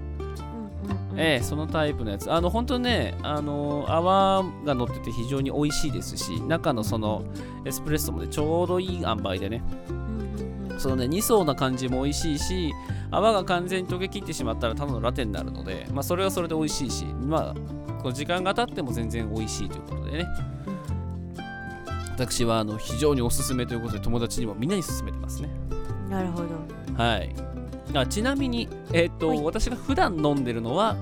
ええそのタイプのやつあの本当にねあの泡が乗ってて非常に美味しいですし中のそのエスプレッソもねちょうどいい塩梅でねそのね2層な感じも美味しいし泡が完全に溶けきってしまったらただのラテになるので、まあ、それはそれで美味しいしまあこう時間が経っても全然美味しいということでね私はあの非常におすすめということで友達にもみんなに勧めてますねなるほどはい。あちなみに、えっと私が普段飲んでるのは、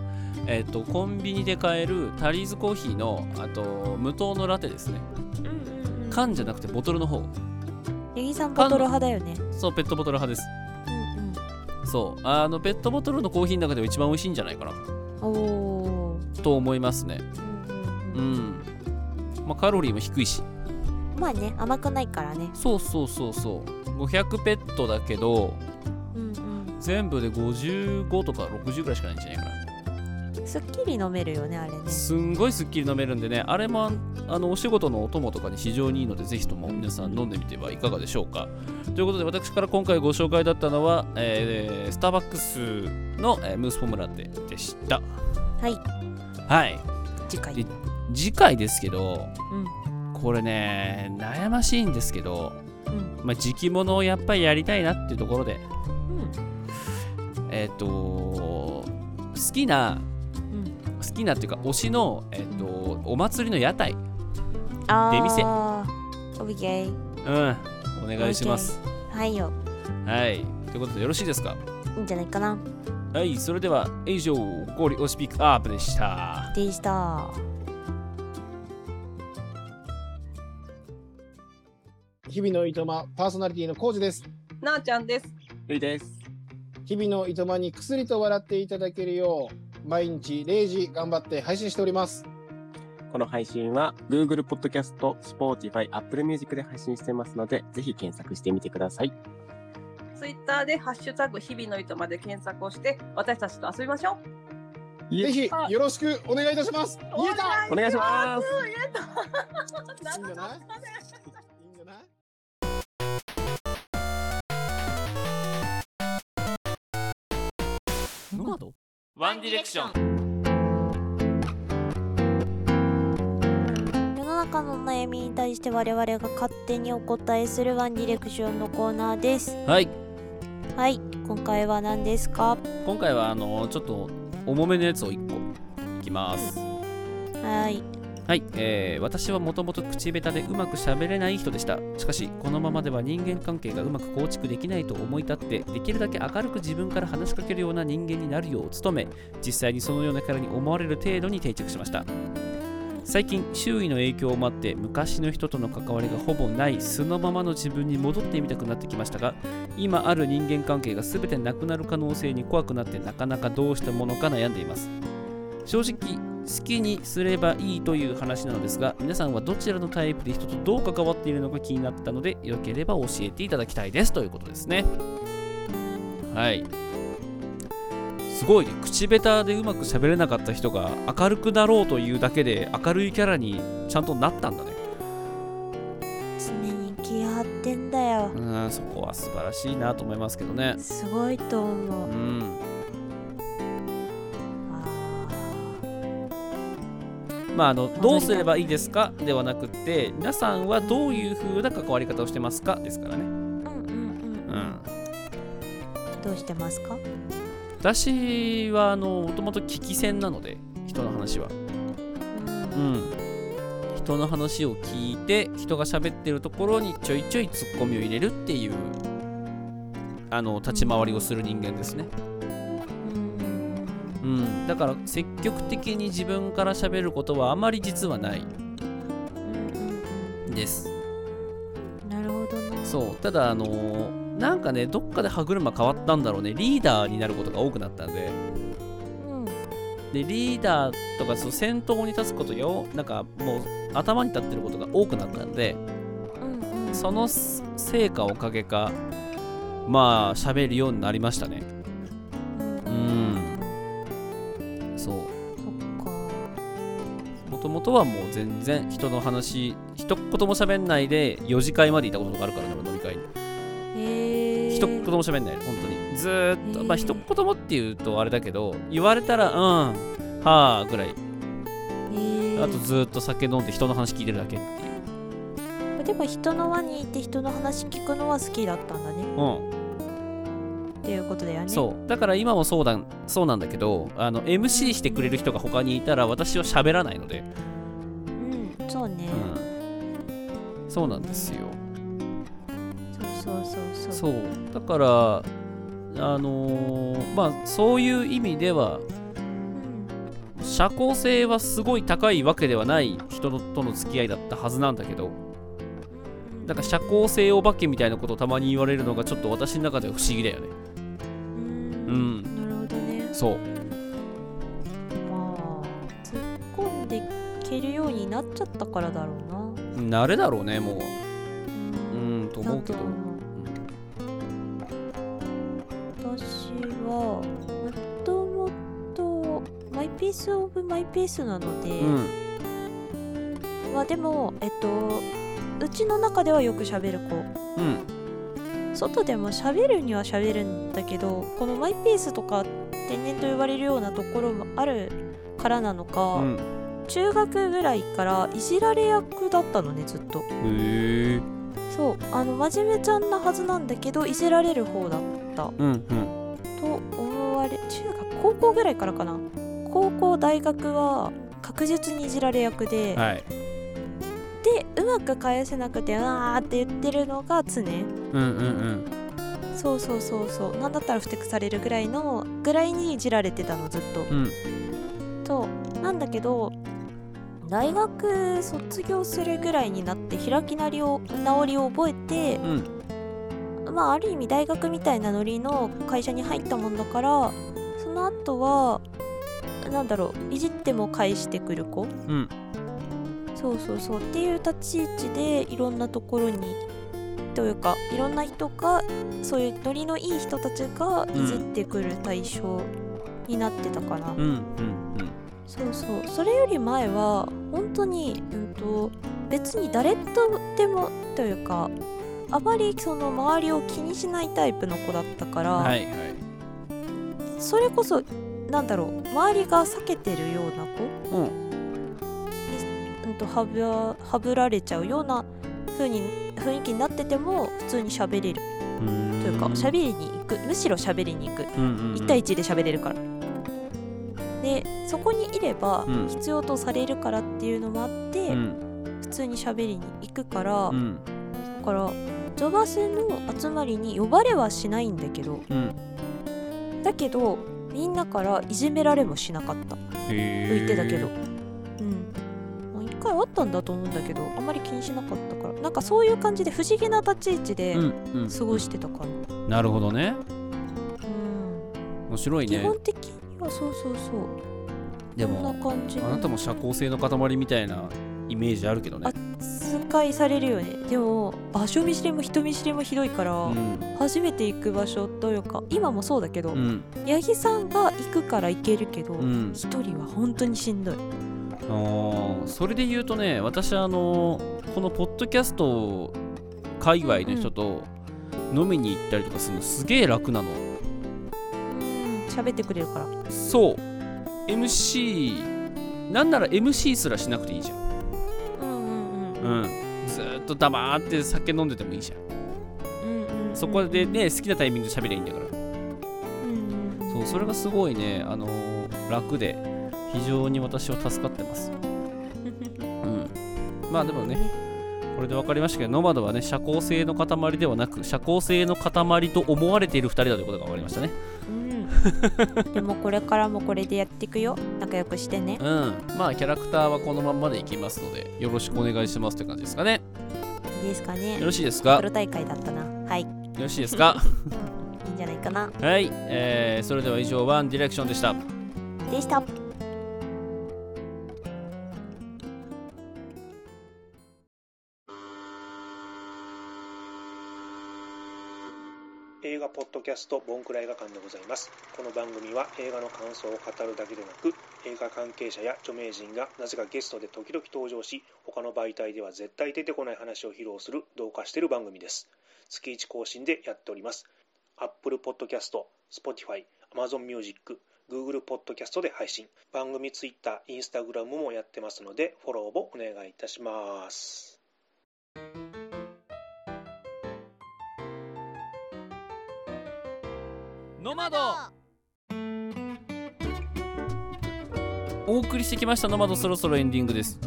えっとコンビニで買えるタリーズコーヒーのあと無糖のラテですね。缶じゃなくてボトルの方。ヤギさんボトル派だよねそう、ペットボトル派です。そう、あのペットボトルのコーヒーの中では一番美味しいんじゃないかなおおと思いますね。うん。まあ、カロリーも低いし。ーまあね甘くないからねそうそうそうそう。500ペットだけど、全部で55とか60ぐらいしかないんじゃないかな。すっきり飲めるよねあれねすんごいすっきり飲めるんでね、あれもあのお仕事のお供とかに非常にいいので、ぜひとも皆さん飲んでみてはいかがでしょうか。ということで、私から今回ご紹介だったのは、えースターバックスの、えームースポムラテでした。はいはい。次回。次回ですけど、うんこれね、悩ましいんですけど、まあ、時期物をやっぱりやりたいなっていうところで、えっ、と好きな、好きなっていうか推しの、えっとお祭りの屋台あー出店オッケーうんお願いしますはいよはいということでよろしいですかいいんじゃないかなはい、それでは以上、氷推しピックアップでした。でした。日々のいとまパーソナリティのコウジです。なあちゃんです。いです。日々のいとまに薬と笑っていただけるよう毎日0時頑張って配信しております。この配信は Google Podcast、Spotify、Apple Music で配信してますので、ぜひ検索してみてください。ツイッターでハッシュタグ日々の糸まで検索をして私たちと遊びましょう。ぜひよろしくお願いいたします。言えた。お願いします言えた。いいんじゃない？ノアドワンディレクション世の中のお悩みに対して我々が勝手にお答えするワンディレクションのコーナーです。はい、はい、今回は何ですか今回はあのちょっと重めのやつを1個いきます。はい。はい、えー私はもともと口下手でうまく喋れない人でした。しかし、このままでは人間関係がうまく構築できないと思い立って、できるだけ明るく自分から話しかけるような人間になるよう努め、実際にそのようなキャラに思われる程度に定着しました。最近、周囲の影響もあって、昔の人との関わりがほぼない、そのままの自分に戻ってみたくなってきましたが、今ある人間関係が全てなくなる可能性に怖くなって、なかなかどうしたものか悩んでいます。正直好きにすればいいという話なのですが皆さんはどちらのタイプで人とどう関わっているのか気になったのでよければ教えていただきたいですということですねはいすごいね口下手でうまく喋れなかった人が明るくなろうというだけで明るいキャラにちゃんとなったんだね常に気張ってんだよう。んそこは素晴らしいなと思いますけどねすごいと思う。うんまああのどうすればいいですかではなくって皆さんはどういう風な関わり方をしてますかですからねうんどうしてますか私はあのもともと聞き戦なので人の話はうん人の話を聞いて人が喋ってるところにちょいちょいツッコミを入れるっていうあの立ち回りをする人間ですねうん、だから積極的に自分から喋ることはあまり実はないですなるほどね。そうただあのーなんかねどっかで歯車変わったんだろうねリーダーになることが多くなったんでうん。でリーダーとかその先頭に立つことよなんかもう頭に立ってることが多くなったんでその成果おかげかまあ喋るようになりましたねうんそうもともとはもう全然人の話一言も喋んないで4次会までいたことがあるからね俺飲み会にえ一言も喋んない本当にずーっとまあ一言もっていうとあれだけど言われたらうんはあぐらいあとずーっと酒飲んで人の話聞いてるだけっていうー、でも人の輪にいて人の話聞くのは好きだったんだね。うんっていうことだよね。そうだから今もそうだそうなんだけどあの MC してくれる人が他にいたら私は喋らないので、うん、そうね。うん、そうなんですよそうそうそうそうだからあのーまあそういう意味では社交性はすごい高いわけではない人との付き合いだったはずなんだけどなんか社交性お化けみたいなことをたまに言われるのがちょっと私の中では不思議だよねうんなるほどね。そうまあ、突っ込んで蹴るようになっちゃったからだろうな。慣れだろうねもううんと思うけど私はもともとマイペースオブマイペースなので、うんまあでもえっとうちの中ではよく喋る子うん外でも喋るには喋るんだけどこのマイペースとか天然と言われるようなところもあるからなのか、うん中学ぐらいからいじられ役だったのねずっとへえそうあの真面目ちゃんなはずなんだけどいじられる方だったうんうんと思われ中学高校ぐらいからかな高校大学は確実にいじられ役で、はいでうまく返せなくてうわーって言ってるのが常うんうんうんそうそうそうそうなんだったらふてくされるぐらいのぐらいにいじられてたのずっと。うんとなんだけど大学卒業するぐらいになって開き直りを直りを覚えて、まあある意味大学みたいなノリの会社に入ったもんだからその後はなんだろういじっても返してくる子うんそうそうそうっていう立ち位置でいろんなところにというかいろんな人がそういうノリのいい人たちがいじってくる対象になってたかな、うんうんそうそうそれより前は本当にうんと別に誰とでもというかあまりその周りを気にしないタイプの子だったから、はいはいそれこそなんだろう周りが避けてるような子うんうんとはぶらはぶられちゃうような風に雰囲気になってても普通に喋れるというか喋りに行くむしろ喋りに行く、うんうんうん1対1で喋れるからでそこにいればうん必要とされるからっていうのもあって、うん普通に喋りに行くから、うんだからジョバスの集まりに呼ばれはしないんだけどうんだけどみんなからいじめられもしなかった浮いてたけどうん、まあ、一回あったんだと思うんだけどあんまり気にしなかったからなんかそういう感じで不思議な立ち位置でうんうん過ごしてたから、なるほどね面白い基ね本的にはそうそうそうでこもんな感じあなたも社交性の塊みたいなイメージあるけどね扱いされるよねでも場所見知りも人見知りもひどいから、初めて行く場所というか今もそうだけど、うん八木さんが行くから行けるけどうん一、人は本当にしんどいあーそれで言うとね私あのこのポッドキャストを海外の人と飲みに行ったりとかするのすげえ楽なの喋ってくれるからそう MC なんなら MC すらしなくていいじゃんうんずーっと黙って酒飲んでてもいいじゃんそこでね好きなタイミングで喋りゃいいんだからそうそれがすごいねあのー楽で非常に私は助かってますうんまあでもねこれで分かりましたけどノマドはね社交性の塊ではなく社交性の塊と思われている2人だということが分かりましたねでもこれからもこれでやっていくよ仲良くしてねうんまあキャラクターはこのまんまでいきますのでよろしくお願いしますって感じですかねいいですかねよろしいですかプロ大会だったなはいいよろしいですかいんじゃないかなはい、えー、それでは以上ワンディレクションでしたでした映画ポッドキャストボンクラ映画館でございますこの番組は映画の感想を語るだけでなく映画関係者や著名人がなぜかゲストで時々登場し他の媒体では絶対出てこない話を披露する同化している番組です月1更新でやっております Apple Podcast、Spotify、Amazon Music、Google Podcast で配信番組 Twitter、Instagram もやってますのでフォローもお願いいたしますノマドお送りしてきましたノマドそろそろエンディングです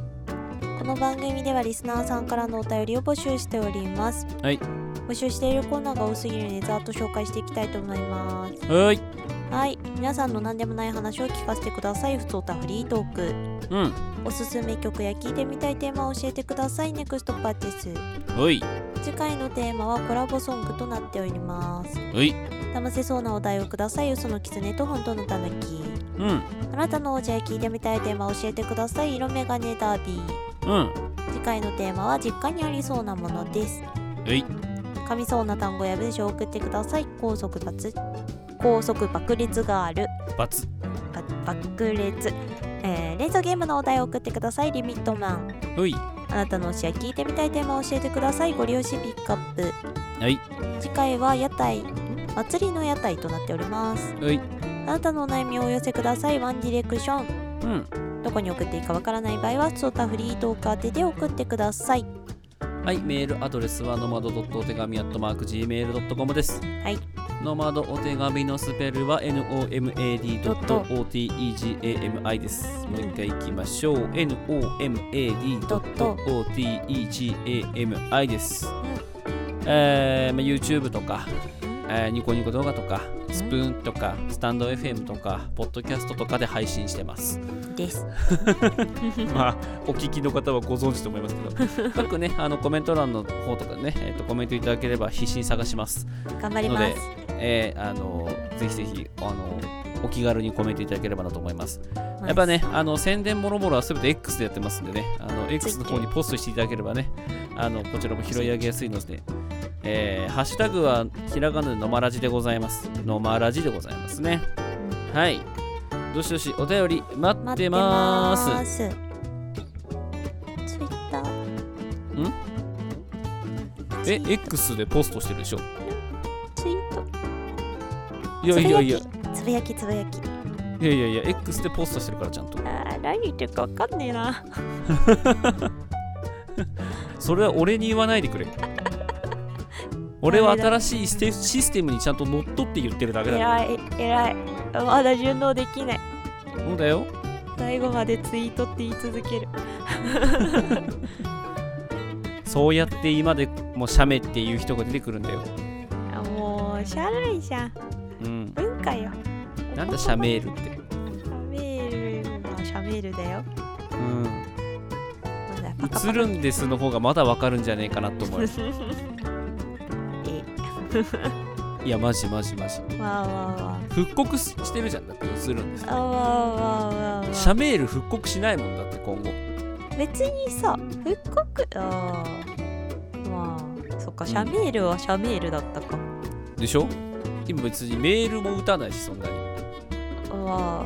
この番組ではリスナーさんからのお便りを募集しておりますはい募集しているコーナーが多すぎるのでざーっと紹介していきたいと思いますはーいはい皆さんの何でもない話を聞かせてくださいふつおたフリートークうんおすすめ曲や聞いてみたいテーマを教えてくださいネクストパーティスおい次回のテーマはコラボソングとなっておりますおい騙せそうなお題をください嘘の狐と本当のたぬきうんあなたのおじゃ聞いてみたいテーマを教えてください色眼鏡ダービーうん次回のテーマは実家にありそうなものですおい噛みそうな単語や文章を送ってください高速脱高速爆裂ガールバツば爆裂えー、連想ゲームのお題を送ってくださいリミットマンおいあなたの推しや聞いてみたいテーマを教えてくださいご利用しピックアップはい次回は屋台ん祭りの屋台となっておりますおいあなたのお悩みをお寄せくださいワンディレクションうんどこに送っていいかわからない場合はソータフリートーク宛てで送ってくださいはい、メールアドレスはノマドドットお手紙アットマーク Gmail.com です。はい。ノマドお手紙のスペルは nomad.otegami です。もう一回いきましょう。nomad.otegami です。えーまあ、YouTube とか、えーニコニコ動画とかスプーンとかスタンド FM とかポッドキャストとかで配信してますです まあお聞きの方はご存知と思いますけど各ねあのコメント欄の方とかね、えーとコメントいただければ必死に探します頑張りますので、えーあのぜひぜひあのお気軽にコメントいただければなと思いますやっぱねあの宣伝もろもろは全て X でやってますんでねあの X の方にポストしていただければねあのこちらも拾い上げやすいのでえーハッシュタグはひらがなでのまらじでございます。のまらじでございますね。はい。どしどしお便り待ってます。ツイッターんえ、X でポストしてるでしょツイートいやいやいや、つぶやきつぶやきいやいやいや、X でポストしてるからちゃんと。あー何言ってるかわかんねえなそれは俺に言わないでくれ。俺は新しいステシステムにちゃんと乗っ取って言ってるだけだから。偉い偉いまだ順応できないそうだよ。最後までツイートって言い続けるそうやって今でも写メっていう人が出てくるんだよ。あもうしゃあないじゃんうん。文化よなんだ写メールって。メールはシャメールだようん。なんだ映るんですの方がまだわかるんじゃねえかなと 思う。いや、マジマジマジ。わあわあわ復刻ししてるじゃんだって映るんですあわあわあわあわシャメール復刻しないもんだって今後あ別にさ復刻あーまあそっかシャメールはシャメールだったかでしょ今別にメールも打たないしそんなにわあ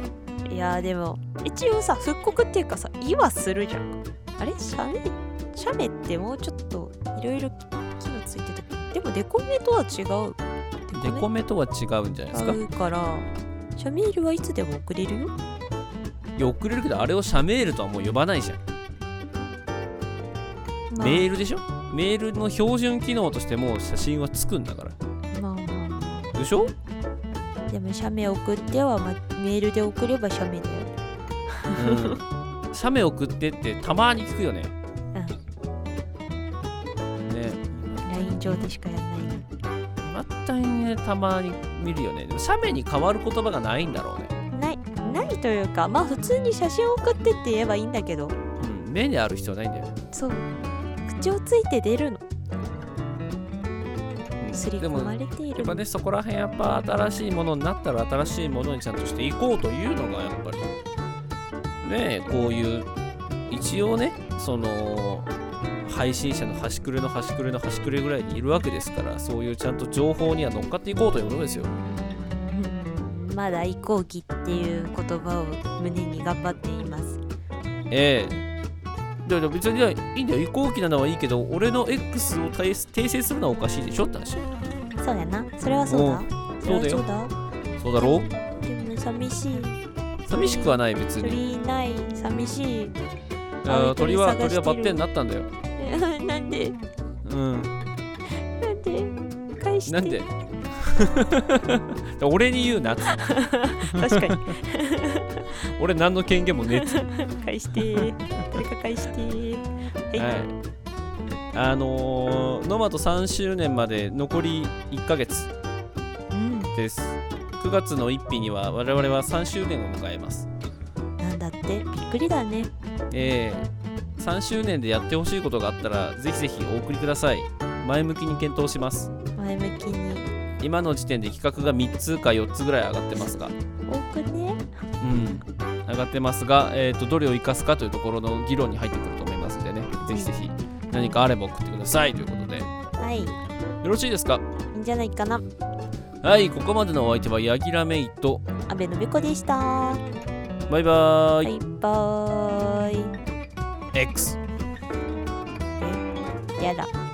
いやでも一応さ復刻っていうかさ今するじゃんあれシャメシャメってもうちょっといろいろ機能ついててでもデコメとは違うデコメとは違うんじゃないですか違うからシャメールはいつでも送れるよいや送れるけどあれをシャメールとはもう呼ばないじゃん、まあメールでしょメールの標準機能としてもう写真はつくんだからまあまでしょあでも写メ送っては、ま、メールで送れば写メだようん、写メ送ってってたまに聞くよね。ね LINE 上でしかやんない全くねたまに見るよね。でも写メに変わる言葉がないんだろうね。ないないというかまあ普通に写真送ってって言えばいいんだけどうん、目である必要ないんだよ。そう口をついて出るのうん刷りで込もまれていやるっぱねそこら辺やっぱ新しいものになったら新しいものにちゃんとしていこうというのがやっぱりねえこういう一応ねその配信者の端くれの端くれの端くれぐらいにいるわけですからそういうちゃんと情報には乗っかっていこうということですよまだ移行期っていう言葉を胸に頑張っています。ええだから別にねいいんだよ移行期なのはいいけど俺の X を訂訂正するのはおかしいでしょって話そうやな。それはそうだうん。それはそうだだ。そうだろでも寂しい。寂しくはない別に鳥いない。寂しい。 あー鳥は鳥鳥探してはバるッテンになったんだよなんでうんなんで返して。なんで 俺に言うなっつって確かに。俺何の権限もねえっつ って返して。誰か返して。は。はいいあのー、ノマト3周年まで残り1ヶ月うん。です9月の1日には我々は3周年を迎えますなんだってびっくりだね。えー、3周年でやってほしいことがあったらぜひぜひお送りください前向きに検討します前向きに。今の時点で企画が3つか4つぐらい上がってますが多くね。うん、上がってますが、えー、とどれを生かすかというところの議論に入ってくると思いますんでね、ぜひぜひ何かあれば送ってくださいということで、よはい。いろしいですかいんじゃないかな。はい、ここまでのお相手はヤギラメイト。安倍のべこでした。バイバーイ。バイバーイ。 X。やだ。